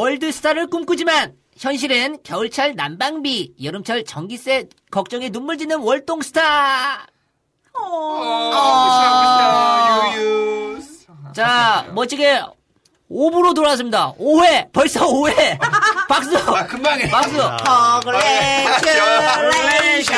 월드스타를 꿈꾸지만 현실은 겨울철 난방비, 여름철 전기세 걱정에 눈물 짓는 월동스타. 어, 아, 무시하고 어, 있어, 유유스. 자, 멋지게 5부로 돌아왔습니다. 5회, 벌써 5회. 박수. 아, 금방 해. 박수. Congratulations.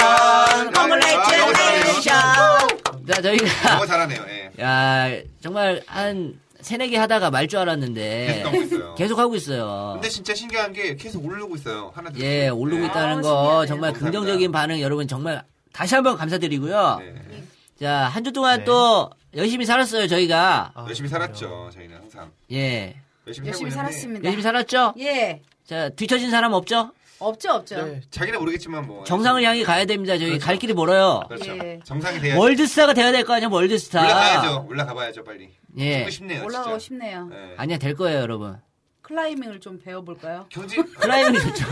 Congratulations. 자, 너무 저희가 잘하네요, 예. 야, 정말 한 세네 개 하다가 말 줄 알았는데 계속 하고 네, 있어요. 계속 하고 있어요. 근데 진짜 신기한 게 계속 오르고 있어요. 하나 둘. 예, 오르고 네. 있다는 아, 거 신기하네요. 정말 감사합니다. 긍정적인 반응 여러분 정말 다시 한번 감사드리고요. 네. 자, 한 주 동안 네. 또 열심히 살았어요, 저희가. 아, 열심히 그래요. 살았죠, 저희는 항상. 예. 열심히, 열심히 살고 있는데 살았습니다. 열심히 살았죠? 예. 자, 뒤처진 사람 없죠? 없죠, 없죠. 네. 자기는 모르겠지만 뭐. 정상을 향해 가야 됩니다. 저희 갈 길이 멀어요. 그렇죠. 예. 정상이 돼야죠. 월드스타가 돼야 될 거 아니야, 월드스타. 올라가야죠. 올라가봐야죠, 빨리. 예. 죽고 싶네요, 올라가고 진짜. 싶네요. 예. 아니야, 될 거예요, 여러분. 클라이밍을 좀 배워볼까요? 경진 클라이밍 좋죠.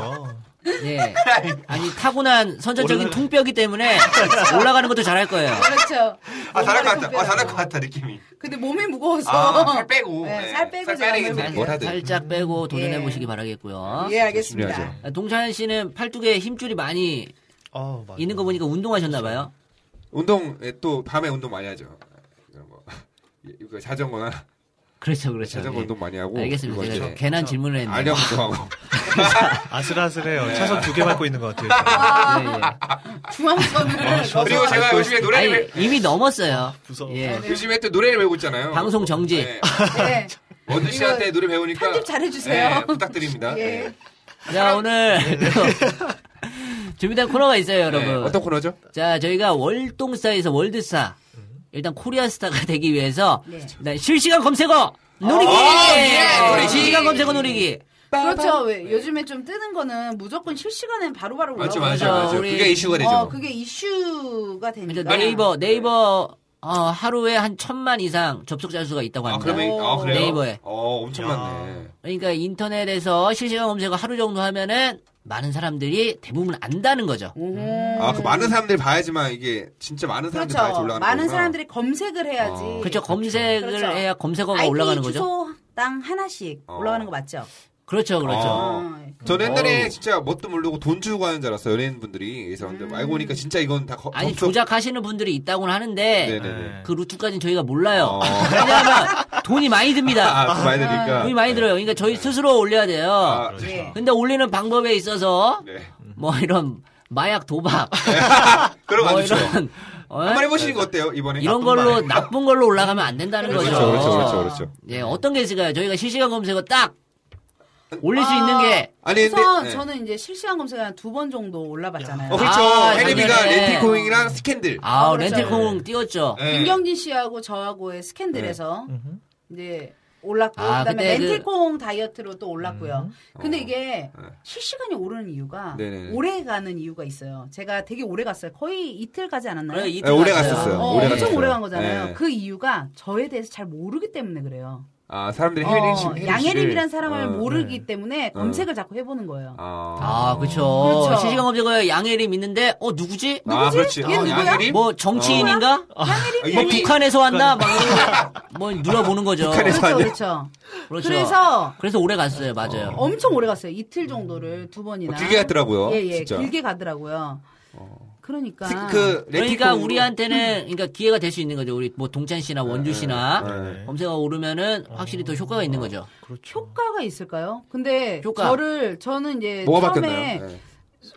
어. 예. 아니, 타고난 선천적인 올라가- 통뼈기 때문에 올라가는 것도 잘할 거예요. 그렇죠. 아 잘할 것 몸을 같다. 아 잘할 굽혀라. 것 같다 느낌이. 근데 몸이 무거워서. 아살 빼고. 네, 예. 살 빼고 살 제가 빼는 게 한번 뭐라든. 살짝 빼고 도전해 보시기 예. 바라겠고요. 예, 알겠습니다. 동찬 씨는 팔뚝에 힘줄이 많이 어, 맞아. 있는 거 보니까 운동하셨나 봐요. 운동 예, 또 밤에 운동 많이 하죠. 이런 거. 이거 그 자전거나 그렇죠, 그렇죠. 자전거 예. 그렇죠. 운동 많이 하고. 알겠습니다. 이거 제가 이제 괜한 질문을 했네요. 안녕 운동하고. 아슬아슬해요. 차선 두 개 밟고 있는 것 같아요. 예, 예. 어, 중앙선을 저- 그리고 제가 요즘에 노래를 아니, 배- 이미 넘었어요. 무서워. 예. 요즘에 또 노래를 배우고 있잖아요. 방송 정지. 네. 예. 원주 씨한테 노래 배우니까 편집 잘해주세요. 네, 부탁드립니다. 예. 네. 자, 오늘 준비된 코너가 있어요, 여러분. 네, 어떤 코너죠? 자, 저희가 월동스타에서 월드스타. 일단 코리아스타가 되기 위해서 네. 네, 실시간 검색어 누리기. 네, 예, 누리기. 실시간 검색어 누리기. 그렇죠. 왜 요즘에 좀 뜨는 거는 무조건 실시간에 바로바로 올라오죠. 맞죠, 맞죠, 맞죠. 우리- 그게 이슈가 되죠. 어, 그게 이슈가 이제 되니까. 네이버 네이버 어, 하루에 한 천만 이상 접속자 수가 있다고 아, 합니다. 그러면 아, 그래요? 네이버에. 어, 엄청 많네. 그러니까 인터넷에서 실시간 검색어 하루 정도 하면은 많은 사람들이 대부분 안다는 거죠. 음. 아, 그 많은 사람들이 봐야지만 이게 진짜 많은 사람들이 봐야지 그렇죠. 올라가는 거구나. 많은 사람들이 검색을 해야지. 어. 그렇죠. 검색을 그렇죠. 해야 검색어가 IP 올라가는 거죠. 주소당 하나씩 어. 올라가는 거 맞죠? 그렇죠, 그렇죠. 어. 전 옛날에 어우. 진짜 뭣도 모르고 돈 주고 하는 줄 알았어요 연예인분들이 그래서 음. 근데 알고 보니까 진짜 이건 다 거, 아니 검토- 조작하시는 분들이 있다고는 하는데 네네네 그 루트까지는 저희가 몰라요. 어. 왜냐하면 돈이 많이 듭니다. 아, 그 많이 드니까 돈이 많이 들어요. 그러니까 저희 스스로 올려야 돼요. 아, 그렇죠. 예. 근데 올리는 방법에 있어서 네. 뭐 이런 마약 도박 그럼 뭐 안 좋죠 이런 어? 그렇죠. 한번 해보시는 거 어때요 이번에 이런 나쁜 걸로 말. 나쁜 걸로 올라가면 안 된다는 그렇죠 거죠. 그렇죠 그렇죠 그렇죠 예, 어떤 게 있을까요? 저희가 실시간 검색어 딱 올릴 수 아. 있는 게 아니 근데 우선 네. 저는 이제 실시간 검색을 한 두 번 정도 올라봤잖아요. 네. 어, 그렇죠 아, 혜림이가 작년에. 렌티코잉이랑 스캔들 아, 아, 그렇죠. 렌틸콩 띄웠죠. 네. 김경진 씨하고 저하고의 스캔들에서 이제 올랐고 아, 그다음에 그때 음. 그- 렌틸콩 다이어트로 또 올랐고요. 근데 이게 네. 실시간이 오르는 이유가 네네네. 오래 가는 이유가 있어요. 제가 되게 오래 갔어요. 거의 이틀 가지 않았나요? 그래, 이틀 네, 오래 갔어요. 갔었어요. 어, 오래 엄청 갔었어요. 오래 간 거잖아요. 네. 그 이유가 저에 대해서 잘 모르기 때문에 그래요. 아 사람들이 혜림 씨 어, 혜림 양혜림이란 씨를- 사람을 어, 모르기 때문에 검색을 자꾸 해보는 거예요. 아, 아, 그렇죠. 그렇죠. 실시간 검색어에 양혜림 있는데 어 누구지? 아 그렇지 얘 어, 누구야? 양혜림 뭐 정치인인가? 어. 아, 뭐 이름이- 북한에서 왔나? 막 이러고 뭐 눌러보는 거죠. 북한에서. 그렇죠, 아니야? 그렇죠. 그렇죠. 그래서 그래서 오래 갔어요, 맞아요. 엄청 오래 갔어요. 이틀 정도를 두 번이나. 뭐 길게 갔더라고요 예, 예, 진짜 길게 가더라고요. 그러니까. 스- 그 그러니까 렌티코잉으로- 우리한테는 그러니까 기회가 될 수 있는 거죠. 우리 뭐 동찬 씨나 원주 아? 씨나 네. 어, 검색어 오르면은 확실히 더 효과가 있는 거죠. 그렇죠. 효과가 있을까요? 근데 효과. 저를 저는 이제 뭐가 처음에 바뀌었나요? 네.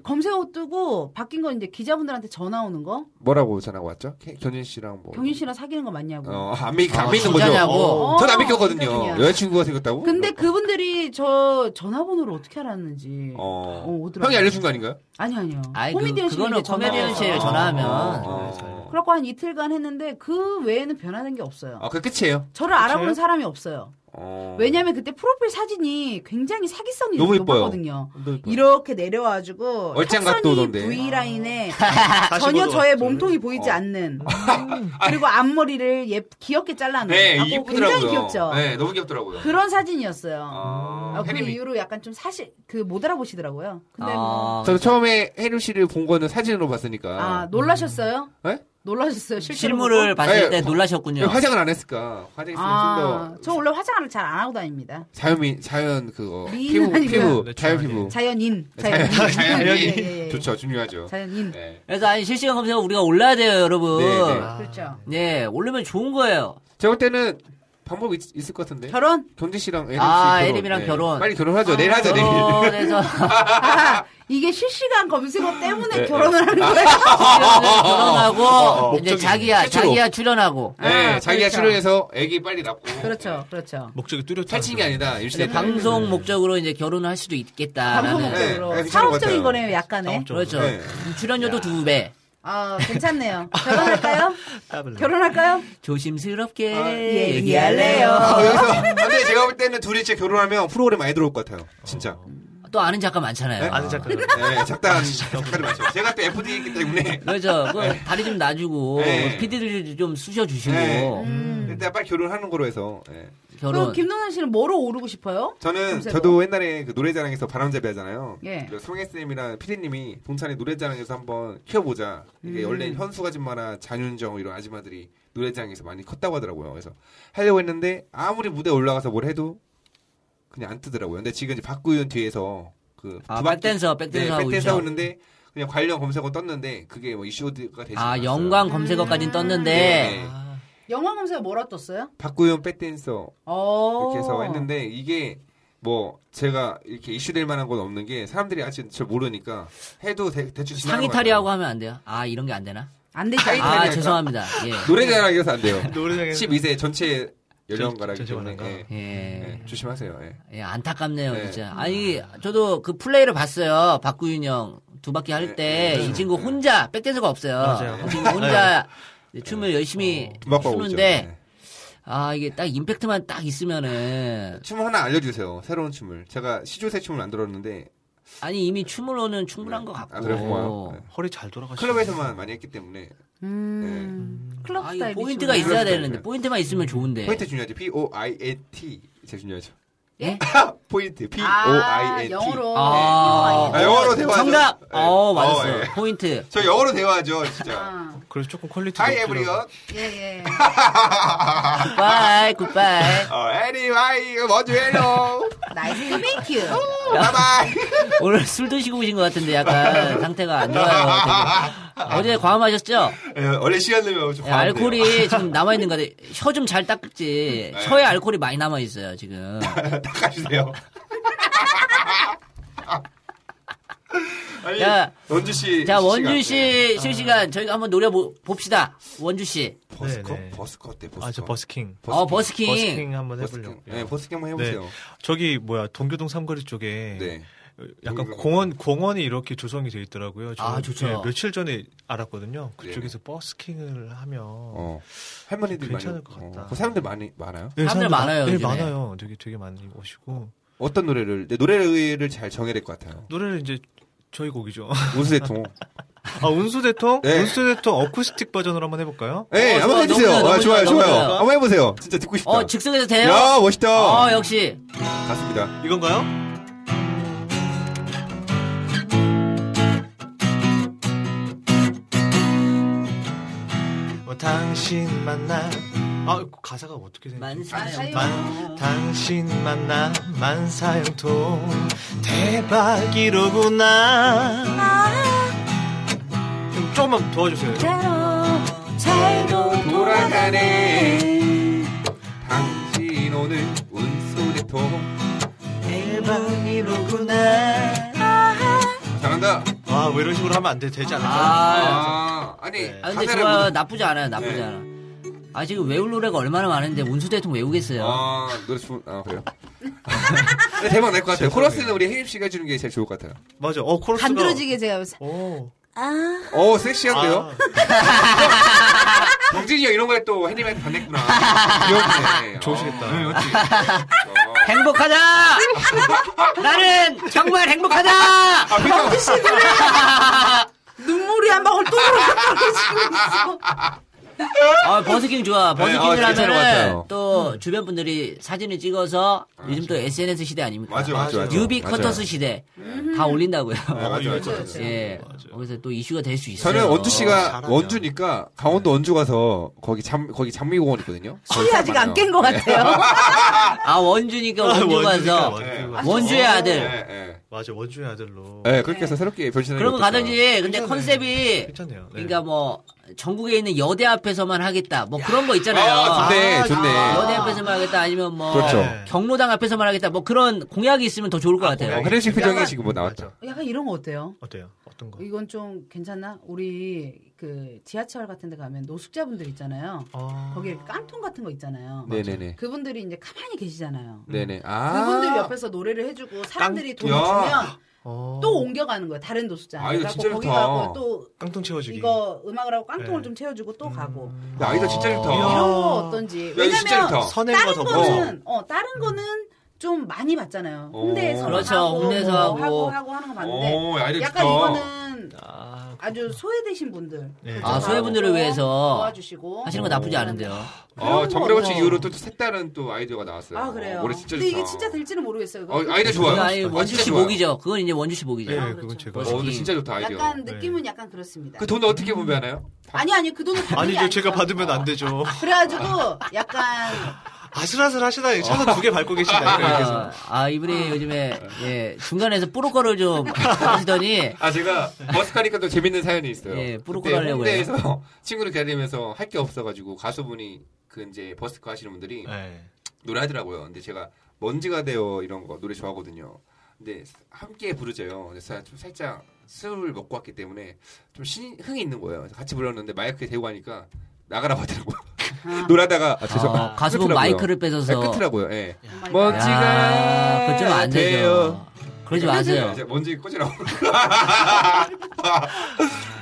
검색어 뜨고 바뀐 건 이제 기자분들한테 전화 오는 거, 뭐라고 전화가 왔죠? 케- 경진 씨랑 뭐. 경윤 씨랑 사귀는 거 맞냐고. 어, 안 믿, 아, 안 믿는 거죠? 진짜냐고. 전 안 어, 믿겼거든요. 진짜냐. 여자친구가 생겼다고? 근데 그분들이 저 전화번호를 어떻게 알았는지. 어. 어, 오더라고요. 형이 알려준 거 아닌가요? 아니 아니요. 아이, 그- 코미디언 씨는 그거는 이제 전화 코미디언 와서. 씨를 전화하면. 어. 그렇고 한 이틀간 했는데 그 외에는 변화된 게 없어요. 아, 그 끝이에요. 저를 알아보는 사람이 없어요. 어. 왜냐하면 그때 프로필 사진이 굉장히 사기성이 너무 이뻐요. 높았거든요. 이렇게 내려와가지고 얼짱 각도 턱선이 오던데. 어. V 라인에 아. 다시 전혀 보도록 저의 하죠. 몸통이 보이지 않는 그리고 앞머리를 예, 귀엽게 잘라놓은 네, 아, 뭐 이쁘더라고요. 굉장히 귀엽죠. 네, 너무 귀엽더라고요. 그런 사진이었어요. 아, 어, 그 혜림이. 이후로 약간 좀 사실 그 못 알아보시더라고요. 근데 뭐, 아, 저는 처음에 혜림 씨를 본 거는 사진으로 봤으니까. 아 놀라셨어요? 네? 놀라셨어요 실제로 실물을 보고? 봤을 예, 때 화- 놀라셨군요. 화장을 안 했을까? 화장했으면 아, 좀더 저 원래 화장을 잘 안 하고 다닙니다. 자연미 자연 그거 피부 미인 아니구나. 피부 자연 네, 피부 네, 자연인. 자연- 자연이 예, 예, 예. 좋죠 중요하죠. 자연인. 네. 그래서 아니 실시간 검색어 우리가 올라야 돼요, 여러분. 네, 네. 아. 그렇죠. 네, 올리면 좋은 거예요. 제가 볼 때는 방법 이 있을 것 같은데. 결혼? 경재 씨랑 에림 씨 아, 결혼. 에림이랑 네. 결혼. 아, 어. 빨리 결혼하죠. 내일 하자 내일. 결혼해서 아, 이게 실시간 검색어 네, 때문에 결혼을 하는 아. 거예요. 결혼하고 이제 어, 목적이 자기야 최초로. 자기야 출연하고 네, 아, 자기가 그렇죠. 출연해서 애기 빨리 낳고. 그렇죠, 그렇죠. 네. 목적이 뚜렷한. 살찐 게 아니다. 임신. 이제 네, 방송 목적으로 이제 결혼을 할 수도 방송 있겠다라는. 네, 목적으로 네, 괜찮은 사업적인 것 같아요. 거네요, 약간의. 그렇죠. 네. 출연료도 두 배. 아, 괜찮네요. 결혼할까요? 네. 결혼. 결혼할까요? 조심스럽게 아, 얘기할래요. 예, 얘기할래요. 어, 여기서 근데 제가 볼 때는 둘이 진짜 결혼하면 프로그램 많이 들어올 것 같아요. 진짜. 또 아는 작가 많잖아요. 아는 작가. 네, 아, 작단 작가를 맞죠. 제가 또 FD이기 때문에 그렇죠. 그 다리 좀 놔주고 네. 피디들 좀 쑤셔주시고 네. 일단 빨리 결혼하는 거로 해서. 예. 음, 결혼. 음. 그럼 김동현 씨는 뭐로 오르고 싶어요? 저는 검색어. 저도 옛날에 그 노래자랑에서 바람잡이 하잖아요. 예. 그 송혜 쌤이랑 피디님이 동찬이 노래자랑에서 한번 키워보자. 이게 원래 현수 아줌마나 잔윤정 이런 아줌마들이 노래자랑에서 많이 컸다고 하더라고요. 그래서 하려고 했는데 아무리 무대 에 올라가서 뭘 해도 그냥 안 뜨더라고요. 근데 지금 이제 박구윤 뒤에서 그 아, 두 바퀴- 백댄서, 백댄서 네, 하고 백댄서 있죠. 오는데 그냥 관련 검색어 떴는데 그게 뭐 이슈가 되지 아 않았어요. 영광 검색어까지는 떴는데 네. 영화 검색어 뭐라 떴어요? 박구윤 백댄서 어. 이렇게 해서 했는데 이게 뭐 제가 이렇게 이슈될 만한 건 없는 게 사람들이 아직 잘 모르니까 해도 대, 대충 지나가는 상의 것 탈의하고 같아요. 하면 안 돼요. 아 이런 게 안 되나? 안 되죠. 아이, 네. 아 탈의할까? 그 죄송합니다. 예. 노래자랑에서 안 돼요. 노래장에서 12세 전체 연령가라기 전체 때문에 관한가? 예. 예. 예, 조심하세요. 예. 예, 안타깝네요, 네. 진짜. 아니, 저도 그 플레이를 봤어요. 박구윤 형. 두 바퀴 네, 할 때, 네, 이 네. 친구 혼자, 백댄서가 없어요. 맞아요. 이 친구 혼자 이제 춤을 열심히 어, 음악하고 있죠. 추는데, 예. 아, 이게 딱 임팩트만 딱 있으면은, 춤 하나 알려주세요. 새로운 춤을 제가 시조새 춤을 안 들었는데 아니, 이미 춤으로는 충분한 것 같고. 아, 그래 고마워. 예. 허리 잘 돌아가시죠. 클럽에서만 많이 했기 때문에 네. 음. 클럽 아, 스타일. 이 포인트가 미치구나. 있어야 그렇죠, 되는데, 그렇죠. 포인트만 있으면 좋은데. 포인트 중요하죠. P O I N T 제일 중요하죠. 예? 포인트 P O I 아, N T. 영어로. 아, 아, 영어로 대화하죠. 정답! 네. 어, 맞았어요. 어, 예. 포인트. 저 영어로 대화하죠, 진짜. 아, 그래서 조금 퀄리티. Hi everyone. 예, 예. 굿바이, 굿바이. 어, anyway, 먼저 hello. 나이스 투 땡큐. 아, 바이바이. 오늘 술 드시고 오신 것 같은데 아. 약간 상태가 안 좋아요. 되게. 어제 과음하셨죠? 예, 원래 시간 되면 좀 예, 과음돼요. 알코올이 지금 남아있는 것 같아요. 혀 좀 잘 닦지. 네. 혀에 알코올이 많이 남아있어요, 지금. 닦아주세요. 아니, 자, 원주 씨. 자, 원주 실시간. 네, 씨 실시간 저희가 한번 노려봅시다. 원주 씨. 네. 버스커? 네, 네. 버스커 어때, 버스커? 아저 버스킹. 어, 버스킹. 버스킹 한번 버스킹. 해보려고. 네, 버스킹 한번 해보세요. 저기 뭐야 동교동 삼거리 쪽에 네. 약간 동교동. 공원 공원이 이렇게 조성이 돼 있더라고요. 저는, 아, 좋죠. 예, 며칠 전에 알았거든요. 그쪽에서 버스킹을 하면 어. 할머니들 괜찮을 많이. 것 같다. 어, 그 사람들 많이, 많아요? 네, 사람들 많- 많아요, 네, 요즘에. 많아요. 되게 되게 많이 오시고 어떤 노래를, 네, 노래를 잘 정해야 될 것 같아요. 노래는 이제 저희 곡이죠. 어, 우수대통. 아 운수 대통, 네. 운수 대통 어쿠스틱 버전으로 한번 해볼까요? 예, 어, 한번 좋아, 해주세요. 너무 좋아, 아, 너무 좋아요, 좋아, 좋아요. 너무 좋아. 한번 해보세요. 진짜 듣고 싶다. 어, 즉석에서 돼요? 야, 멋있다. 어, 역시. 맞습니다. 이건가요? 뭐 당신 만나 아 가사가 어떻게 되나? 만사요. 만, 당신 만나 만사형통 대박이로구나 좀 조금만 도와주세요 또 돌아가네. 당신 오늘 운수대통. 대박이로구나 잘한다. 아뭐 이런 식으로 하면 안 돼, 되지 않을까? 아, 아, 아니. 네. 아, 근데 가사를 좋아요. 보면- 나쁘지 않아요, 나쁘지 네. 않아. 아, 지금 외울 노래가 얼마나 많은데 운수 대통 외우겠어요. 아, 노래 좋은, 아, 그래요. 근데 대박 날 것 같아요. 죄송해요. 코러스는 우리 혜림 씨가 해주는 게 제일 좋을 것 같아요. 맞아 어 코러스가 간드러지게 제가 요새. 오. 아, 오, 어, 섹시한데요? 아, 정진이 형 이런 거에 또 혜림한테 반했구나. 귀엽네. 좋으시겠다. 아, 네, 어찌. 행복하다! 나는 정말 행복하다! 아, 그러니까 아, 눈물이 한 방울 또 흘러 떨어지고 있어. 아, 버스킹 좋아. 버스킹을 네, 아, 괜찮은 것 하면은 같아요. 음. 아, 또 주변 분들이 사진을 찍어서 요즘 또 SNS 시대 아닙니까? 맞아 맞아 맞아. 뉴비 맞아요. 음. 커터스 시대 다 올린다고요. 네, 맞아 맞아. 맞아요. 맞아. 예. 거기서 또 이슈가 될 수 있어요. 저는 원주 씨가 잘하냐. 원주니까 강원도 원주 가서 거기 장 거기 장미공원 있거든요. 술이 아직 안 깬 네. 것 같아요. 아, 원주니까 원주 가서 원주의 예, 아들. 예. 맞아 원주의 아들로 예, 그렇게 해서 새롭게 변신을 그런 거 가든지. 근데 괜찮네. 컨셉이 괜찮네요. 네. 그러니까 뭐 전국에 있는 여대 앞에서만 하겠다. 뭐 그런 거 있잖아요. 아, 좋네, 아, 좋네. 아, 여대 앞에서만 하겠다. 아니면 뭐 그렇죠. 네. 경로당 앞에서만 하겠다. 뭐 그런 공약이 있으면 더 좋을 것 같아요. 어, 하늘씨 표정이 약간- 지금 뭐 나왔죠. 맞아. 약간 이런 거 어때요? 어때요? 어떤 거? 이건 좀 괜찮나? 우리 그 지하철 같은 데 가면 노숙자분들 있잖아요. 아... 거기에 깡통 같은 거 있잖아요. 네네네. 그분들이 이제 가만히 계시잖아요. 네네. 아. 그분들 옆에서 노래를 해주고 사람들이 돈을 야. 주면 어... 또 옮겨가는 거예요. 다른 노숙자. 아, 이거 그래갖고 진짜 거기 좋다. 가고 또 깡통 채워주기. 이거 음악을 하고 깡통을 네. 좀 채워주고 또 가고. 야, 음. 아이디어 진짜 좋다. 이야. 이런 거 어떤지. 야, 이거 진짜 왜냐면 좋다. 음. 선행과 다른 더불어. 거는 어 다른 거는 좀 많이 봤잖아요. 어. 홍대에서 그렇죠. 하고, 홍대에서 하고. 뭐 하고 하고 하는 거 봤는데 오, 아이디어 약간 좋다. 이거는 아, 아주 소외되신 분들 네. 아, 소외분들을 도와주고, 위해서 도와주시고 하시는 거 나쁘지 않은데요. 어, 그런 정대건 씨 거죠. 이후로 또, 또 색다른 또 아이디어가 나왔어요. 아 그래요. 어, 올해 진짜 근데 좋다. 이게 진짜 될지는 모르겠어요. 어, 그거. 아이디어 좋아요. 아니, 아, 원주 진짜 씨 좋아요. 목이죠. 그건 이제 원주 씨 목이죠. 예, 아, 그렇죠. 그건 제가. 어, 멋있- 근데 진짜 좋다 아이디어. 약간 느낌은 약간 그렇습니다. 그 돈은 어떻게 분배하나요? 아니 아니 그 돈을 받는 네. 뭐 아니 게 이제 제가 아니잖아요. 받으면 안 되죠. 그래가지고 약간 아슬아슬 하시다. 차선 두 개 밟고 계시다. 이렇게 해서. 아, 아, 이분이 요즘에 예, 중간에서 뿌로커를 좀 하시더니 아 제가 버스 가니까 또 재밌는 사연이 있어요. 예, 뿌르고 그때 가려고 홍대에서 친구를 기다리면서 할 게 없어가지고 가수분이 그 이제 버스커 하시는 분들이 네. 노래하더라고요. 근데 제가 먼지가 되어 이런 거 노래 좋아하거든요. 근데 함께 부르죠요. 그래서 좀 살짝 술을 먹고 왔기 때문에 좀 신, 흥이 있는 거예요. 그래서 같이 불렀는데 마이크 대고 하니까 나가라고 하더라고요. 놀아다가 아, 죄송합니다. 아, 가수분 끊더라고요. 마이크를 뺏어서 네, 끄더라고요. 예. 정말 뭐 먼지가 야, 그건 좀 안 되죠. 돼요. 네, 그러지 마세요. 이제 먼지 꽂으라고.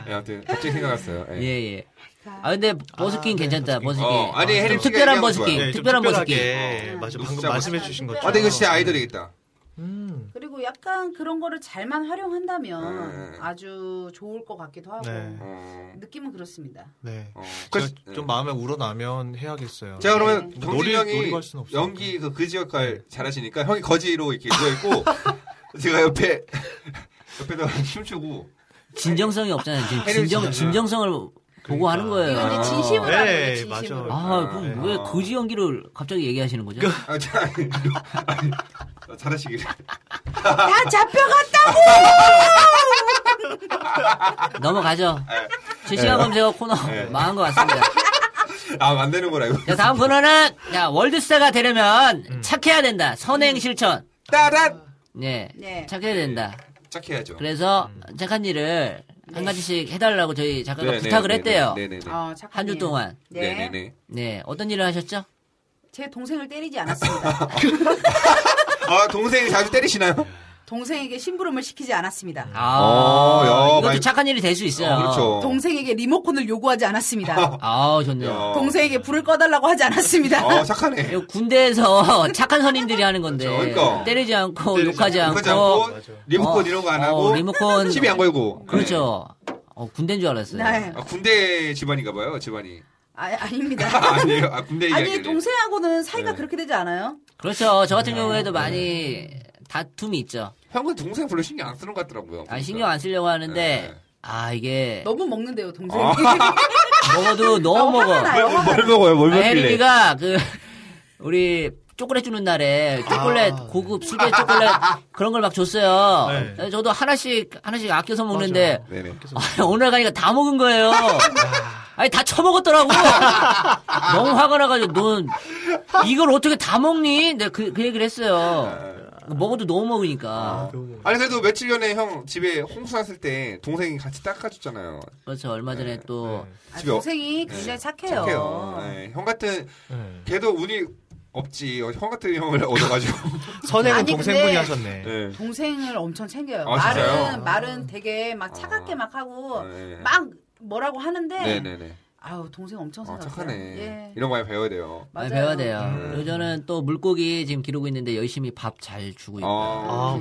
예, 아무튼 갑자기 생각났어요. 예, 예. 예. 아, 근데 버스킹 네, 괜찮다. 버스킹. 버스킹. 어, 아니, 좀 혜림 씨가 특별한 얘기한 거 버스킹. 좋아요. 네, 좀 특별한 버스킹. 특별하게. 예, 맞아. 방금 노숙자 말씀해 주신 것처럼. 아, 근데 이거 진짜 아이돌이겠다. 음. 그리고 약간 그런 거를 잘만 활용한다면 네. 아주 좋을 것 같기도 하고 네. 어, 느낌은 그렇습니다. 네. 어. 제가 그래서- 좀 마음에 우러나면 해야겠어요. 제가 음. 그러면 네. 경진 놀이- 형이 놀이 갈 수는 없으니까. 연기 그 그지 역할 잘하시니까 형이 거지로 이렇게 누워 있고 제가 옆에 옆에서 춤추고 진정성이 없잖아요. 지금 혜림 진정, 씨잖아요. 진정성을 보고 하는 거예요. 이건 아. 이제 진심으로 네, 하는 거죠. 진심으로. 맞아요. 아, 그럼 왜 아. 거지 연기를 갑자기 얘기하시는 거죠? 아, 자, 아니, 아니, 아, 잘하시길. 다 잡혀갔다고! 넘어가죠. 실시간 검색어 코너 네. 망한 것 같습니다. 아, 안 되는 거라 이거. 자, 다음 코너는 자, 월드스타가 되려면 음. 착해야 된다. 선행 실천. 따란 네. 음. 네. 착해야 된다. 착해야죠. 그래서 음. 착한 일을 네. 한 가지씩 해달라고 저희 작가가 부탁을 했대요. 네, 네네네. 아, 착한 한 주 일. 동안. 네. 네네네. 네. 어떤 일을 하셨죠? 제 동생을 때리지 않았습니다. 아 동생이 자주 때리시나요? 동생에게 심부름을 시키지 않았습니다. 아, 어, 야, 이것도 많이- 착한 일이 될 수 네. 있어요. 어, 그렇죠. 동생에게 리모컨을 요구하지 않았습니다. 아, 좋네요. 야. 동생에게 불을 꺼달라고 하지 않았습니다. 어 착하네. 이거 군대에서 착한 선임들이 하는 건데 그렇죠, 그러니까. 때리지 않고 때리지 욕하지 않고, 욕하지 않고 맞아. 리모컨 어, 이런 거 안 어, 하고 리모컨- 시비 안 걸고. 그렇죠. 어, 군대인 줄 알았어요. 네. 네. 아, 군대 집안인가 봐요 집안이. 아, 아닙니다. 아, 아니에요. 아 군대 이야기. 아니, 동생하고는 사이가 네. 그렇게 되지 않아요? 그렇죠. 저 같은 경우에도 많이 다툼이 있죠. 형은 동생 별로 신경 안 쓰는 것 같더라고요. 그러니까. 아, 신경 안 쓰려고 하는데 네. 아 이게 너무 먹는데요, 동생이. 먹어도 너무 화가 먹어. 나요. 뭘, 뭘 먹어요? 아, 뭘 먹길래? 혜림이가 그 우리 초콜릿 주는 날에 초콜릿 아, 고급 수제 초콜릿 그런 걸 막 줬어요. 네. 저도 하나씩 하나씩 아껴서 먹는데 네네. 아, 오늘 가니까 다 먹은 거예요. 아니 다 처먹었더라고. 너무 화가 나가지고 넌 이걸 어떻게 다 먹니? 내가 그, 그 얘기를 했어요. 먹어도 너무 먹으니까. 아니 그래도 며칠 전에 형 집에 홍수 났을 때 동생이 같이 닦아줬잖아요. 그래서 그렇죠. 얼마 전에 또 아, 집에 어- 동생이 굉장히 착해요. 음. 착해요. 네, 형 같은 걔도 운이 없지. 어, 형 같은 형을 얻어가지고. 선행은 아니, 동생분이 근데- 하셨네. 네. 동생을 엄청 챙겨요. 아, 말은 진짜요? 어, 말은 되게 막 차갑게 막 하고 네. 막 뭐라고 하는데 네네네. 아우 동생 엄청 아, 생각해요. 착하네. 예. 이런 거 많이 배워야 돼요. 음. 많이 맞아요. 배워야 돼요. 요저는 또 물고기 지금 기르고 있는데 열심히 밥 잘 주고 뭐 있고 아, 아, 새우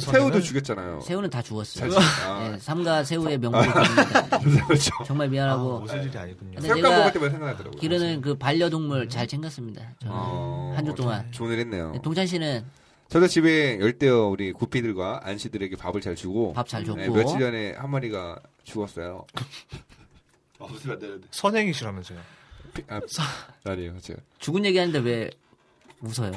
새우도 선호는? 죽였잖아요. 새우는 다 잘 죽었어요. 죽였다. 네, 삼가 새우의 명복입니다. 그렇죠. 정말 아, 미안하고 웃을 일이 아니군요. 근데 새우깡 내가 먹을 때만 생각나더라고요. 기르는 그 반려동물 잘 챙겼습니다. 어, 한 주 동안. 조언을 했네요. 동찬 씨는 저도 집에 열대어 우리 구피들과 안씨들에게 밥을 잘 주고 밥 잘 줬고 네, 며칠 전에 한 마리가 죽었어요. 아, 웃으면 안 되는데. 선행이시라면서요. 피- 아, 아니에요, 그렇죠. 제가. 죽은 얘기하는데 왜 웃어요?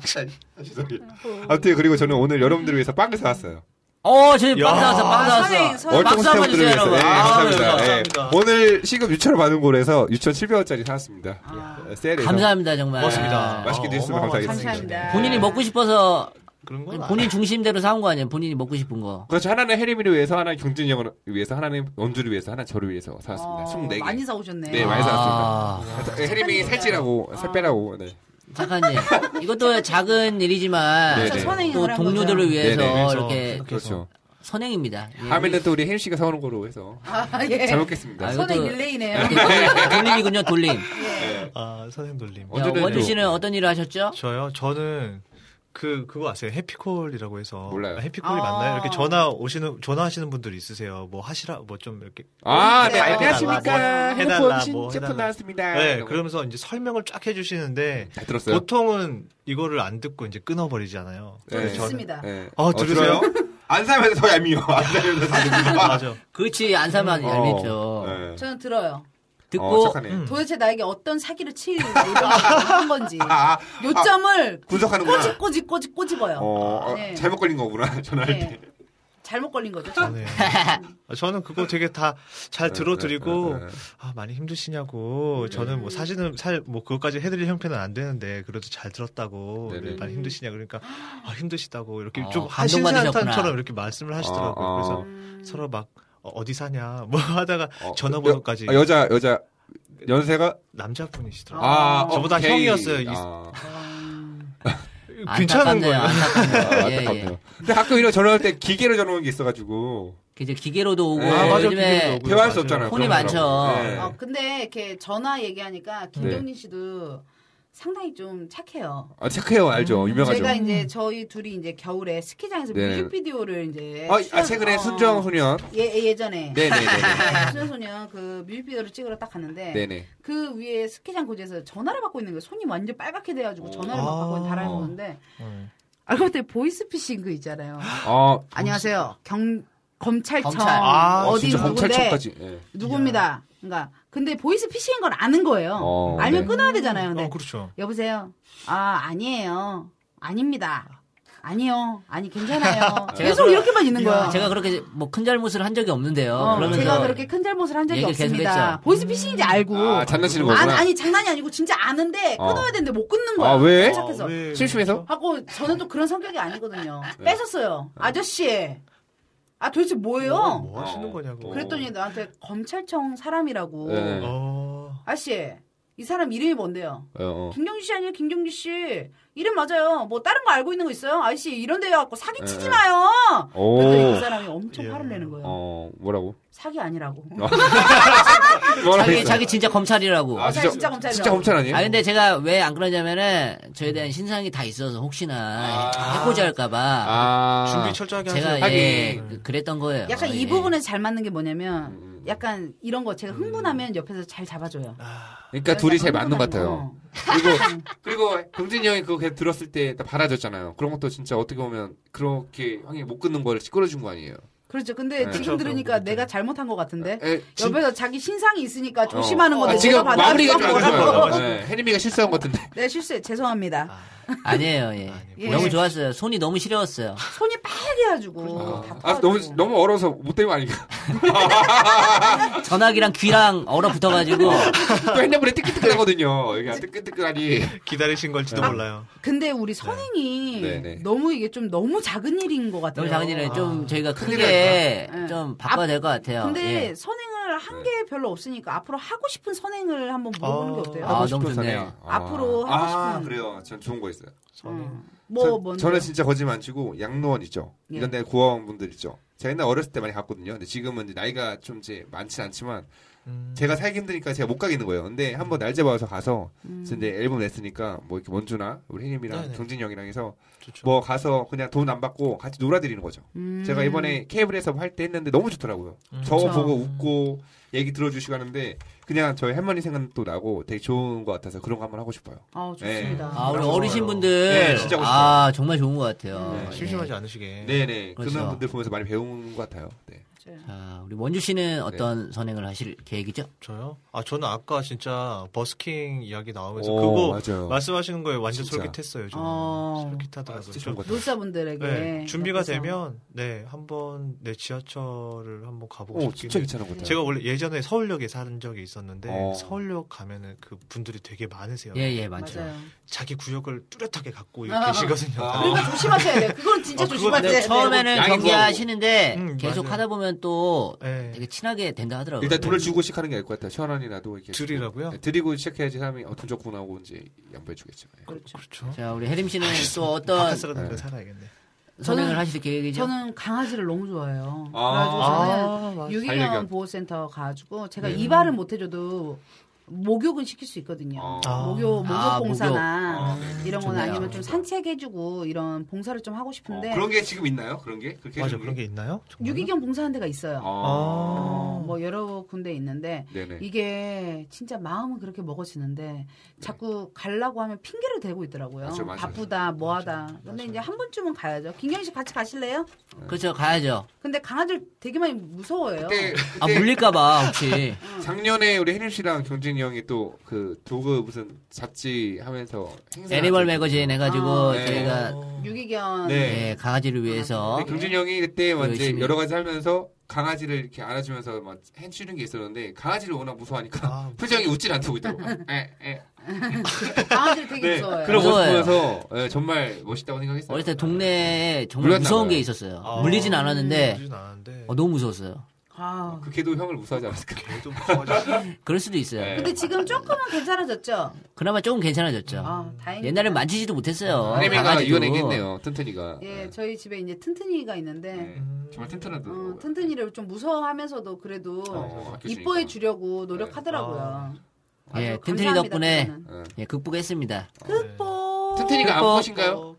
죄송해요. 아무튼 그리고 저는 오늘 여러분들을 위해서 빵을 사왔어요. 어, 저희 야. 빵 사왔어, 빵 선생님, 사왔어. 선생님. 월동 아, 박수 한번 스태프들을 주세요, 위해서. 여러분. 네, 아, 감사합니다. 여러분. 네. 오늘 시급 6천을 받은 곳에서 6,700원짜리 사왔습니다. 아, 네, 세일해서. 감사합니다, 정말. 고맙습니다. 아, 맛있게 드셨으면 어마어마한 감사하겠습니다. 감사합니다. 본인이 먹고 싶어서 그런 건 본인 중심대로 사온 거 아니에요? 본인이 먹고 싶은 거. 그렇죠. 하나는 해림이를 위해서, 하나는 경진이 형을 위해서, 하나는 원주를 위해서, 하나 저를 위해서 사왔습니다. 어, 24개. 예, 많이 사오셨네. 네, 많이 사왔습니다. 아, 해림이 살찌라고, 살 빼라고. 네. 착한 일. 이것도 작은 일이지만 네, 네. 선행을 또 한 동료들을 거죠. 위해서 네, 네. 이렇게 그렇죠. 선행입니다. 예. 다음에는 또 우리 혜림 씨가 사오는 거로 해서 아, 예. 잘 먹겠습니다. 아, 이것도 선행 릴레이네요. 이렇게 돌림- 돌림이군요, 돌림. 아, 선행 돌림. 야, 어쩌면 원주 또- 씨는 어떤 일을 하셨죠? 저요? 저는 그 그거 아세요? 해피콜이라고 해서 몰라요. 아, 해피콜이 아. 맞나요? 이렇게 전화 오시는 전화 하시는 분들 있으세요. 뭐 하시라 뭐 좀 이렇게 아, 네, 해달라, 안녕하십니까. 뭐 해달라, 핸드폰 뭐 신제품 해달라. 나왔습니다. 네, 이런 거. 그러면서 이제 설명을 쫙 해주시는데 잘 들었어요? 보통은 이거를 안 듣고 이제 끊어버리잖아요. 네. 근데 저는 좋습니다. 네. 어, 들으세요? 들어요? 안 사면 더 얄미워. 안 사면 더 얄미워. 맞아. 그렇지, 안 사면 어, 얄밉죠. 네. 저는 들어요. 어, 듣고 착하네. 음. 도대체 나에게 어떤 사기를 칠 이런 건지 아, 아, 요점을 분석하는구나. 꼬집 꼬집 꼬집 꼬집어요. 아, 어, 어, 네. 잘못 걸린 거구나. 전화할 예. 때. 잘못 걸린 거죠. 네. 저는 그거 되게 다 잘 네, 들어드리고 아, 많이 힘드시냐고 네. 저는 뭐 사실은 살 뭐 그것까지 해드릴 형편은 안 되는데 그래도 잘 들었다고 네네. 많이 힘드시냐 그러니까 아, 힘드시다고 이렇게 어, 좀 감동받으셨구나. 아, 한심산탄처럼 이렇게 말씀을 하시더라고요. 어, 어. 그래서 서로 막 어, 어디 사냐 뭐 하다가 전화번호까지 여, 아, 여자 여자 연세가 남자분이시더라고요. 아, 어. 저보다 오케이. 형이었어요. 이- 아, 괜찮은 아, 안타깝네요, 거예요. 안타깝네요. 예, 예. 아, 안타깝네요. 근데 가끔 이런 전화할 때 기계로 전화하는 게 있어가지고 그 이제 기계로도 오고 네, 아, 맞아, 요즘에 기계로도 오고. 네. 대화할 수 맞아요. 없잖아요. 혼이 그런 많죠. 거라고. 어, 근데 이렇게 전화 네. 얘기하니까 김경민 씨도 상당히 좀 착해요. 아, 체크해요, 음, 알죠. 유명하죠. 제가 이제 저희 둘이 이제 겨울에 스키장에서 네. 뮤직비디오를 이제 아, 아, 출연해서- 어. 최근에 순정 소년. 예 예전에 네네네. 순정소년 그 뮤직비디오를 찍으러 딱 갔는데 네네. 그 위에 스키장 고지에서 전화를 받고 있는 거예요. 손이 완전 빨갛게 어. 돼가지고 전화를 막 아. 받고 있는 달아는 건데 음. 알고 봤더니 보이스피싱 그 있잖아요. 아, 안녕하세요. 경 검찰청 검찰. 아, 어디 진짜 누군데 검찰청까지. 예. 누굽니다. 그러니까 근데 보이스피싱인 건 아는 거예요. 어, 알면 네. 끊어야 되잖아요. 근데 어, 그렇죠. 여보세요. 아 아니에요. 아닙니다. 아니요. 아니 괜찮아요. 제가 계속 그러- 이렇게만 있는 거예요. 제가 그렇게 뭐 큰 잘못을 한 적이 없는데요. 아. 어, 그러면서 제가 그렇게 큰 잘못을 한 적이 얘기를 없습니다. 계속했죠. 보이스피싱인지 알고. 아, 장난치는 거구나. 아니, 아니, 장난이 아니고 진짜 아는데 어. 끊어야 되는데 못 끊는 거야. 아, 네? 왜? 착해서. 아, 왜- 심심해서? 하고 저는 또 그런 성격이 아니거든요. 뺏었어요. 아저씨. 아 도대체 어, 뭐예요? 뭐 하시는 거냐고. 그랬더니 나한테 검찰청 사람이라고. 네. 어. 아저씨. 이 사람 이름이 뭔데요? 어, 어. 김경주 씨 아니에요? 김경주 씨. 이름 맞아요. 뭐 다른 거 알고 있는 거 있어요? 아저씨 이런 데 갖고 사기 치지 네. 마요. 오. 그랬더니 그 사람이 엄청 예. 화를 내는 거예요. 어, 뭐라고? 사기 아니라고. 뭐라고 자기 했어요? 자기 진짜 검찰이라고. 아, 아, 진짜, 진짜 검찰이라고. 진짜 검찰 아니에요? 근데 제가 왜 안 그러냐면은 저에 대한 신상이 다 있어서 혹시나 아. 해코지 할까봐 아. 준비 철저하게 하세요. 제가 예 그- 그랬던 거예요. 약간 이 예. 부분에 잘 맞는 게 음, 뭐냐면 약간 이런 거 제가 흥분하면 옆에서 잘 잡아줘요. 그러니까 둘이 제일 맞는 것 같아요. 흥분하면, 그리고 그리고 경진이 형이 그거 들었을 때 다 바라졌잖아요. 그런 것도 진짜 어떻게 보면 그렇게 형이 못 끊는 거를 시끄러준 거 아니에요. 어. 그렇죠. 근데 네. 지금 그렇죠. 들으니까 그런 내가 잘못한 것 같은데 에, 진- 옆에서 자기 신상이 있으니까 네? 조심하는 예. 어. 건데 아, 지금 내가 받아들인 마무리가 좀안 거라고. 좋아요. 네, 혜림이가 실수한 것 같은데. 네 실수해 죄송합니다. 아니에요. 예. 예. 너무 좋았어요. 손이 너무 시려웠어요. 손이 빨개 가지고 아, 다 아, 너무 너무 얼어서 못 되면 아닌가. 전화기랑 귀랑 얼어붙어가지고 또 핸드폰에 뜨끈뜨끈하거든요. 아, 여기 뜨끈뜨끈하니. 기다리신 걸지도 아. 몰라요. 근데 우리 선행이 네, 네. 너무 이게 좀 너무 작은 일인 것 같아요. 너무 작은 일은 좀 저희가 큰일 크게 났다. 좀 바꿔야 될 것 같아요. 근데 예. 선행을 한 게 네. 별로 없으니까 앞으로 하고 싶은 선행을 한번 물어보는 게 어. 어때요? 아, 너무 좋네요. 앞으로 하고 아, 싶은- 그래요. 전 좋은 거 있어요. 저는 뭐 전- 뭔데? 저는 진짜 거짓말 안 치고 양로원 있죠. 예. 이런 데 고아원 분들 있죠. 제가 옛날 어렸을 때 많이 갔거든요. 근데 지금은 이제 나이가 좀 이제 많진 않지만 음. 제가 살기 힘드니까 제가 못 가겠는 거예요. 근데 한번 날짜 봐서 가서 음. 그래서 이제 앨범 냈으니까 뭐 이렇게 원주나 우리 혜님이랑 네네. 경진이 형이랑 해서 좋죠. 뭐 가서 그냥 돈 안 받고 같이 놀아드리는 거죠. 음. 제가 이번에 케이블에서 할 때 했는데 너무 좋더라고요. 음. 저 그쵸. 보고 웃고 얘기 들어주시고 하는데 그냥 저희 할머니 생각도 나고 되게 좋은 것 같아서 그런 거 한번 하고 싶어요. 아 좋습니다. 아, 우리 좋아요. 어르신 분들. 네, 진짜 아, 정말 좋은 것 같아요. 예. 네, 네, 심심하지 않으시게. 네네. 그런 그렇죠. 분들 보면서 많이 배운 것 같아요. 네. 맞아요. 자, 우리 원주 씨는 어떤 선행을 하실 계획이죠? 저요? 아 저는 아까 진짜 버스킹 이야기 나오면서 오, 어, 그거 맞아요. 말씀하시는 거에 완전 진짜. 솔깃했어요. 저는 어. 아, 솔깃하더라고요. 진짜 좋은 것 같아요. 놀사분들에게 네, 준비가 옆에서. 되면 네 한번 내 지하철을 한번 가보고 오, 싶긴 진짜 해요. 괜찮은 것 같아요. 제가 원래 예전에 서울역에 사는 적이 있었는데 어. 서울역 가면은 그 분들이 되게 많으세요. 예, 예, 많죠. 맞아요. 자기 구역을 뚜렷하게 갖고 아. 계시거든요. 아. 그러니까 조심하셔야 돼요. 그건 진짜 어, 그거 조심하셔야 근데 돼요. 아, 처음에는 양이 경기하시는데 음, 계속 맞아요. 하다 보면 또 네. 되게 친하게 된다 하더라고요. 일단 돈을 주고 시작하는 게 나을 것 같아요. 천 원이라도 이렇게 드리라고요? 네, 드리고 시작해야지 사람이 어, 돈 줬구나 하고 이제 양보해 주겠죠. 예. 그렇죠. 그렇죠. 자, 우리 혜림 아, 씨는 또 어떤 바카스라는 걸 살아야겠네. 선행을 저는- 하실 계획이죠? 저는 강아지를 너무 좋아해요. 아, 그래가지고 어, 저는 반려견. 유기견 보호센터 가가지고 제가 네. 이발은 못해줘도 목욕은 시킬 수 있거든요. 아. 목욕 목욕 아, 봉사나 목욕. 아, 이런 거나 좋네요. 아니면 좀 산책해주고 이런 봉사를 좀 하고 어, 싶은데 그런 게 지금 있나요? 그런 게 그렇게 맞아 해주는 그런 게 있나요? 정말요? 유기견 봉사하는 데가 있어요. 아, 어, 뭐 여러 군데 있는데 네네. 이게 진짜 마음은 그렇게 먹어지는데 자꾸 가려고 하면 핑계를 대고 있더라고요. 맞아, 맞아. 바쁘다, 뭐하다. 근데 이제 한 번쯤은 가야죠. 김경 씨 같이 가실래요? 그렇죠, 가야죠. 근데 강아지를 되게 많이 무서워해요. 네. 그때 뭐 아, 물릴까봐, 혹시. 작년에 우리 혜림 씨랑 경진이 형이 또 그 도그 무슨 잡지 하면서 행사 애니멀 매거진 해가지고 아, 네. 저희가 어, 유기견 네. 예, 강아지를 위해서 근데 경진이 형이 그때 막 이제 열심히. 여러 가지 하면서 강아지를 이렇게 안아주면서 막 해주는 게 있었는데 강아지를 워낙 무서워하니까 아. 표정이 웃질 않고 있더라고. 에, 에. 강아지를 되게 네. 무서워해요. 그런 모습 무서워요. 보면서 예, 정말 멋있다고 생각했어요. 어릴 때 동네에 정말 물렸나 무서운 봐요. 게 있었어요. 아. 물리진 네. 않았는데 보진 않았는데. 어, 너무 무서웠어요. 아. 그 걔도 형을 무서워하지 않았을까? 얘도 무서워하지. 그럴 수도 있어요. 네. 근데 지금 조금은 괜찮아졌죠? 그나마 조금 괜찮아졌죠. 아, 다행히. 옛날엔 만지지도 못했어요. 혜림이가 강아지도. 이혼했겠네요. 튼튼이가. 예, 저희 집에 이제 튼튼이가 있는데, 예. 정말 튼튼하더라고요. 어, 튼튼이를 좀 무서워하면서도 그래도 어, 아껴주니까. 이뻐해 주려고 노력하더라고요. 예, 아주 튼튼이 감사합니다, 덕분에. 그거는. 예. 예, 극복했습니다. 극복! 튼튼이가 어, 암컷인가요?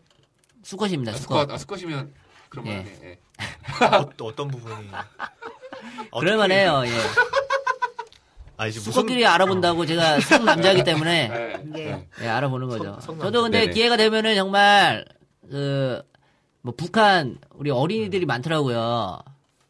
수컷입니다. 아, 수컷. 수컷. 아, 수컷이면 그런 예. 말이네. 예. 어, 어떤 부분이? 어, 그럴만해요. 예. 아 이제 무슨 수컷끼리 알아본다고 제가 성 남자이기 때문에 예. 예. 예, 알아보는 거죠. 성- 성 남자. 저도 근데 네네. 기회가 되면은 정말 그 뭐 북한 우리 어린이들이 많더라고요.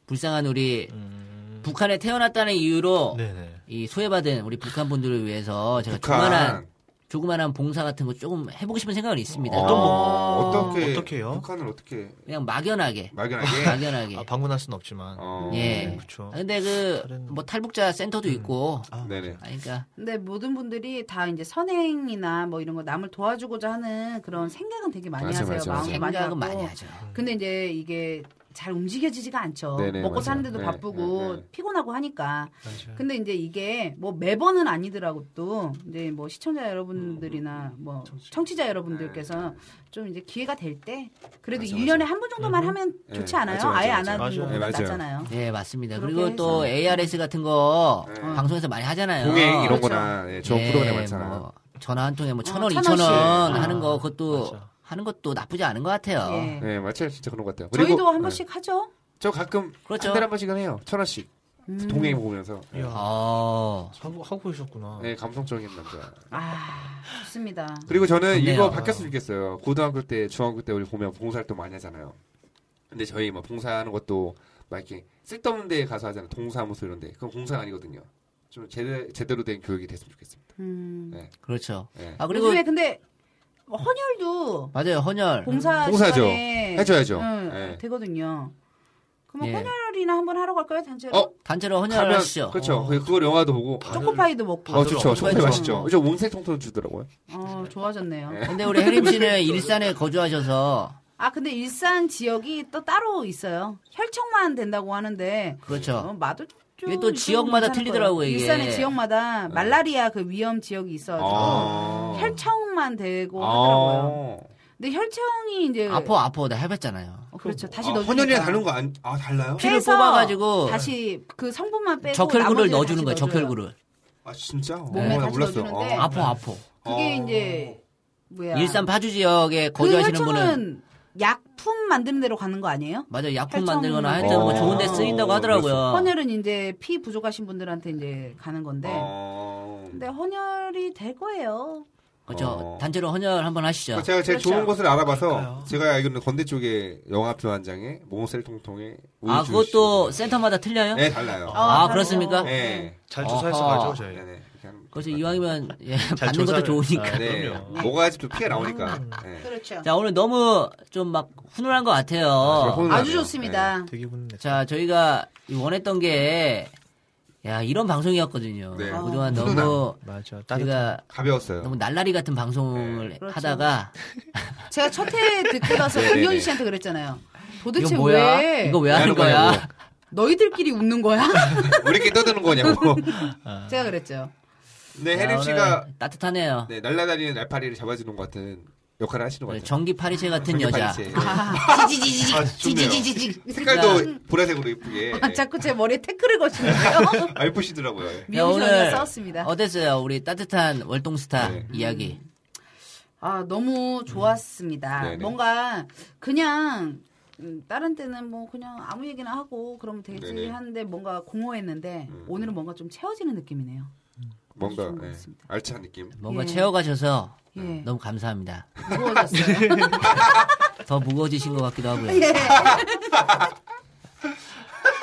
불쌍한 우리 음, 북한에 태어났다는 이유로 네네. 이 소외받은 우리 북한 분들을 위해서 제가 북한. 조그만한 조그만한 봉사 같은 거 조금 해보고 싶은 생각은 있습니다. 뭐. 어, 어떤 거? 어떻게 어떻게 해요? 북한을 어떻게 그냥 막연하게 막연하게? 막연하게. 아, 방문할 수는 없지만. 어. 예. 그렇죠. 음. 근데 그 뭐 탈북자 센터도 있고. 아, 네네. 그러니까 근데 모든 분들이 다 이제 선행이나 뭐 이런 거 남을 도와주고자 하는 그런 생각은 되게 많이 맞아, 하세요. 맞아, 마음도 맞아. 많이 생각은 갖고. 많이 하죠. 근데 이제 이게 잘 움직여지지가 않죠. 네네, 먹고 맞아요. 사는데도 네, 바쁘고 네, 네. 피곤하고 하니까. 맞아요. 근데 이제 이게 뭐 매번은 아니더라도 또 이제 뭐 시청자 음, 여러분들이나 뭐 청취자 여러분들께서 좀 이제 기회가 될 때 그래도 네. 맞아, 일 1년에 한 번 정도만 하면 네, 좋지 않아요? 맞아, 맞아, 아예 안 맞아. 하는 맞아요. 것보다 네, 맞아요. 낫잖아요. 예, 맞습니다. 그렇게 그리고 또 해서. ARS 같은 거 네. 방송에서 많이 하잖아요. 동행 이런 그렇죠. 거나 예, 좋은 예, 프로그램 많잖아. 뭐 전화 한 통에 뭐 천 원, 천 이천 원 원씩. 하는 거 아, 그것도 맞아. 하는 것도 나쁘지 않은 것 같아요. 예. 네, 맞아요. 진짜 그런 것 같아요. 그리고 저희도 한 예. 번씩 하죠. 저 가끔 그렇죠. 한 달에 한 번씩은 해요. 천 원씩. 음. 동행 보면서. 이야, 어, 하고 하고 계셨구나. 네, 감성적인 남자. 아, 좋습니다. 그리고 저는 좋네요. 이거 바뀌었으면 좋겠어요. 고등학교 때, 중학교 때 우리 보면 봉사활동 많이 하잖아요. 근데 저희 뭐 봉사하는 것도 막 이렇게 쓸데없는 데 가서 하잖아요. 동사무소 이런 데. 그건 봉사가 아니거든요. 좀 제대, 제대로 된 교육이 됐으면 좋겠습니다. 음. 그렇죠. 예. 아 그리고 요즘에 근데 헌혈도 맞아요, 헌혈. 봉사 음, 봉사죠. 시간에 해줘야죠. 응, 예. 되거든요. 그럼 예. 헌혈이나 한번 하러 갈까요, 단체로? 어? 단체로 헌혈을 가면, 하시죠. 어. 그렇죠. 그- 그걸 영화도 보고. 초코파이도 먹고. 어, 좋죠. 받으러 정말 가죠. 맛있죠. 저 온색 통통 주더라고요. 어, 좋아졌네요. 근데 우리 혜림 씨는 일산에 거주하셔서 아, 근데 일산 지역이 또 따로 있어요. 혈청만 된다고 하는데. 그렇죠. 어, 마도 좀. 이게 또 좀 지역마다 괜찮을 틀리더라고요, 거예요. 이게. 네. 일산의 지역마다 말라리아 그 위험 지역이 있어서 아. 혈청만 되고 아. 하더라고요. 근데 혈청이 이제 아파 아파 나 해봤잖아요. 어, 그렇죠. 다시 아, 넣어 헌혈이랑 다른 거 안, 아, 달라요? 피를 뽑아가지고 다시 그 성분만 빼고 적혈구를 나머지를 넣어주는 거야 다시 넣어줘요. 예. 적혈구를. 아, 진짜? 어, 몸에 나 같이 몰랐어. 넣어주는데. 어. 아파 아파. 그게 어. 이제 뭐야? 그 일산 파주 지역에 거주하시는 분은 혈청은 약품 만드는 데로 가는 거 아니에요? 맞아 약품 혈청- 만들거나 하여튼 어. 뭐 좋은 데 쓰인다고 어, 하더라고요. 헌혈은 이제 피 부족하신 분들한테 이제 가는 건데. 어. 네. 근데 네, 헌혈이 될 거예요. 그렇죠. 어. 단체로 헌혈 한번 하시죠. 그러니까 제가 제일 그렇죠. 좋은 곳을 알아봐서 그러니까요. 제가 알기로는 건대 쪽에 영화표 한 장에 모모셀 통통에 아 그것도 센터마다 틀려요? 네 달라요. 아, 아, 그렇습니까? 네. 잘 아하. 조사해서 가죠 네. 저희. 네. 이렇게 하는 그래서 것 이왕이면 예, 잘 받는 것도 조사를- 좋으니까. 아, 같아요. 네. 그럼요. 먹어야지 또 피해 나오니까. 네. 그렇죠. 자 오늘 너무 좀 막 훈훈한 것 같아요. 정말 아주 훈훈하네요. 좋습니다. 되게 훈훈했어요. 자, 저희가 원했던 게, 야, 이런 방송이었거든요. 아, 네. 그동안 훈훈함. 너무, 맞아. 따뜻한 저희가 가벼웠어요. 너무 날라리 같은 방송을 그렇죠. 하다가, 제가 첫 회 듣고 나서 네네네. 김효진 씨한테 그랬잖아요. 도대체 이거 뭐야? 왜 이거 왜 하는 네, 하는 거냐고. 거야? 너희들끼리 웃는 거야? 우리끼리 떠드는 거냐고. 아. 제가 그랬죠. 네, 혜림 야, 씨가 오늘 따뜻하네요. 네, 날라다니는 날파리를 잡아주는 것 같은 역할을 하시는 것 오늘 네, 같아요. 네, 전기 파리채 같은 전기 여자. 파리채. 네. 지지지지 아, 좋네요. 지지지지. 네. 색깔도 보라색으로 예쁘게. 아, 자꾸 제 머리에 태클을 거시는데요. 아, 예쁘시더라고요. 예. 야, 오늘 미용실에 싸웠습니다. 음. 어땠어요? 우리 따뜻한 월동스타 네. 이야기. 아 너무 좋았습니다. 네네. 뭔가 그냥 음, 다른 때는 뭐 그냥 아무 얘기나 하고 그러면 되지 네네. 하는데 뭔가 공허했는데 음. 오늘은 뭔가 좀 채워지는 느낌이네요. 뭔가 아, 좋은 것 예, 같습니다. 알찬 느낌. 뭔가 예. 채워가셔서 예. 너무 감사합니다. 네. 무거워졌어요. 예. 더 무거워지신 것 같기도 하고요.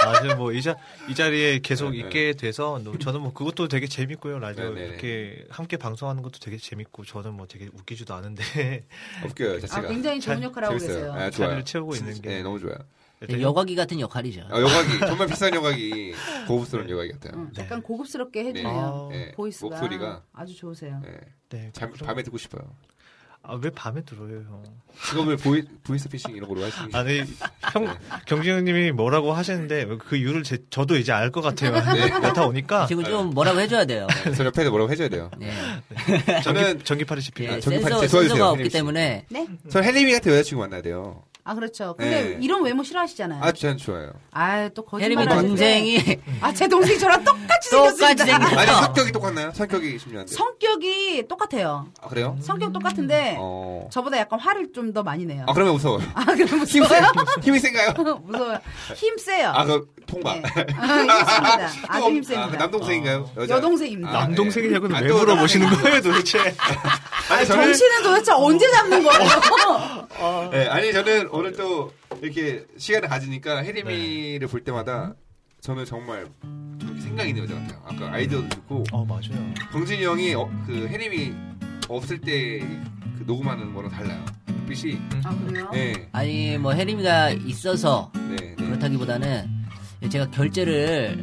맞아요. 뭐, 이, 자, 이 자리에 계속 네, 있게 돼서, 너무- 저는 뭐, 그것도 되게 재밌고요. 라디오 네, 네, 이렇게 함께 방송하는 것도 되게 재밌고, 저는 뭐 되게 웃기지도 않은데, 웃겨요, 아, 자체가. 굉장히 좋은 잘- 역할을 하고 재밌어요. 계세요. 아, 좋아요. 자리를 채우고 있는 게. 네, 너무 좋아요. 일단 여과기 같은 역할이죠. 아, 여과기 정말 비싼 여과기 고급스러운 여과기 같아요. 응, 약간 고급스럽게 아, 해주네요. 예, 음. 어, 보이스가 네. 그렇죠. 목소리가 아주 좋으세요. 예, 네. 잠, 그럼- 밤에 듣고 싶어요. 아, 왜 밤에 들어요, 형? 직업을 보이, 보이스피싱 이런 걸로 하시는 게. 아니, 형, 경진 형님이 뭐라고 하시는데, 그 이유를 제, 저도 이제 알 것 같아요. 네, 나타 아, 오니까, 지금 좀 뭐라고 해줘야 돼요. 저 옆에서 뭐라고 해줘야 돼요. 예. 저는 전기파리 씹히고. 예, 아, 저기 센서, 파리채 도와주세요, 센서가 혜림 없기 씨. 때문에 네? 저 헬리미 같은 여자친구 만나야 돼요. 아 그렇죠. 근데 예. 이런 외모 싫어하시잖아요. 아, 네. 저는 좋아요. 아, 또 혜림이 거짓말 네. 하는데. 동생이 아제 동생이 저랑 똑같이 똑같이 생겼습니다. 생겼 아니, 성격이 똑같나요? 성격이 중요한데. 성격이 똑같아요. 아, 그래요? 성격 똑같은데 어. 저보다 약간 화를 좀 더 많이 내요. 아, 그러면 무서워요. 아, 그럼 힘 세, 무서워요? 힘이 센가요? 무서워요. 힘 세요. 아, 그, 통과. 네. 아, 힘 셉니다. 아주 힘 아, 그 셉니다. 어. 남동생인가요? 여자? 여동생입니다. 아, 네. 남동생이냐고는 아, 왜 또 물어보시는 거예요, 도대체? 아니, 저는, 정신은 도대체 언제 잡는 거예요? 네, 아니, 저는 오늘 또 이렇게 시간을 가지니까 네. 혜림이를 볼 음? 때마다 저는 정말 저렇게 생각이 있는 여자 같아요. 아까 아이디어도 듣고, 어, 맞아요. 경진이 형이 어, 그 혜림이 없을 때 그 녹음하는 거랑 달라요. 빛이. 아, 그래요? 네, 아니 뭐 혜림이가 음. 있어서 네, 그렇죠. 네. 그렇다기보다는 제가 결제를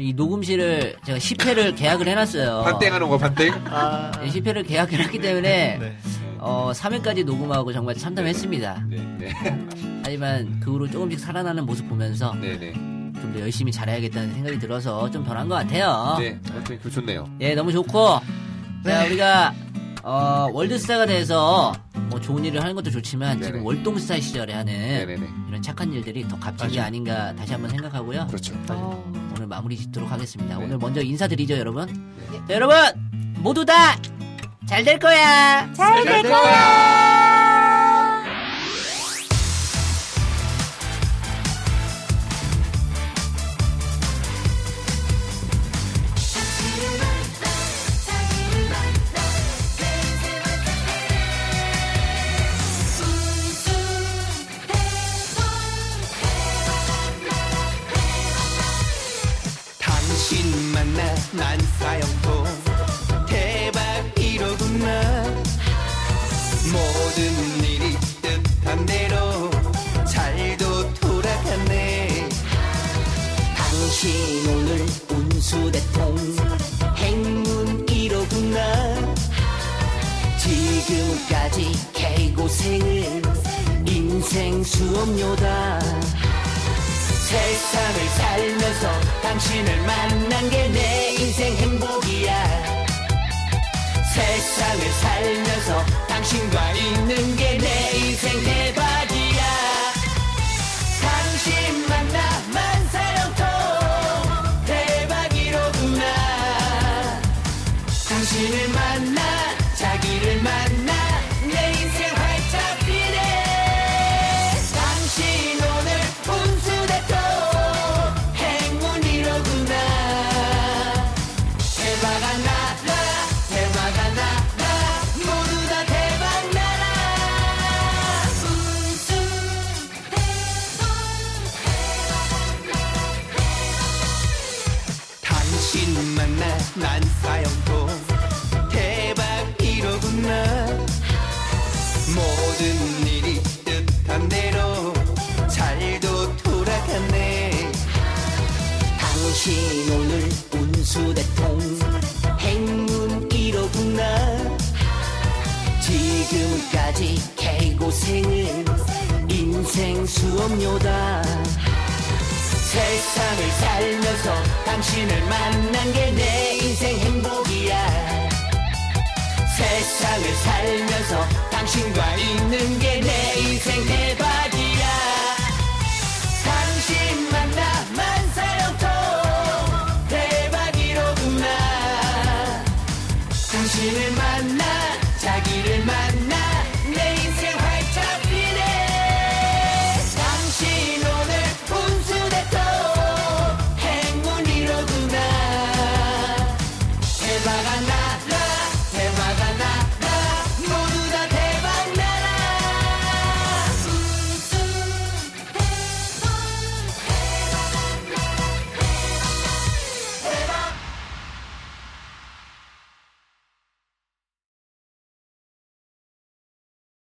이 녹음실을 제가 10회를 계약을 해놨어요. 반땡 하는 거, 반땡? 아, 10회를 계약해놨기 때문에 네. 어 3회까지 녹음하고 정말 참담했습니다. 네, 네. 음. 하지만 그 후로 조금씩 살아나는 모습 보면서 네, 네. 좀 더 열심히 잘해야겠다는 생각이 들어서 좀 변한 것 같아요. 네, 아무튼 그 좋네요. 예, 너무 좋고. 자, 우리가, 어, 월드스타가 돼서, 뭐, 좋은 일을 하는 것도 좋지만, 네네. 지금 월동스타 시절에 하는 네네네. 이런 착한 일들이 더 값진 게 맞아요. 아닌가 다시 한번 생각하고요. 그렇죠. 어. 오늘 마무리 짓도록 하겠습니다. 네. 오늘 먼저 인사드리죠, 여러분. 자, 여러분! 모두 다! 잘 될 거야! 잘 될 거야! 당신 만나 난 사연도 대박 이로구나 모든 일이 뜻한 대로 잘도 돌아갔네 당신 오늘 운수대통 행운이로구나 지금까지 개고생은 인생 수업료다 세상을 살면서 당신을 만난 게 내 인생 행복이야 세상을 살면서 당신과 있는 게 내 인생 대박이야 당신 만나만 사랑통 대박이로구나 당신을 만나 자기를 만나 내 인생 활짝 피네 당신 오늘 운수대통 행운이로구나 대박아 나라 대박아 나라 모두 다 대박 나라 운수 당신 만나 난 사형도 대박이로구나 모든 일이 뜻한 대로 잘도 돌아갔네 당신 오늘 운수대통 행운이로구나 지금까지 개고생은 인생 수업료다 세상을 살면서 당신을 만난 게 내 인생 행복이야 세상을 살면서 당신과 있는 게 내 인생 대박이야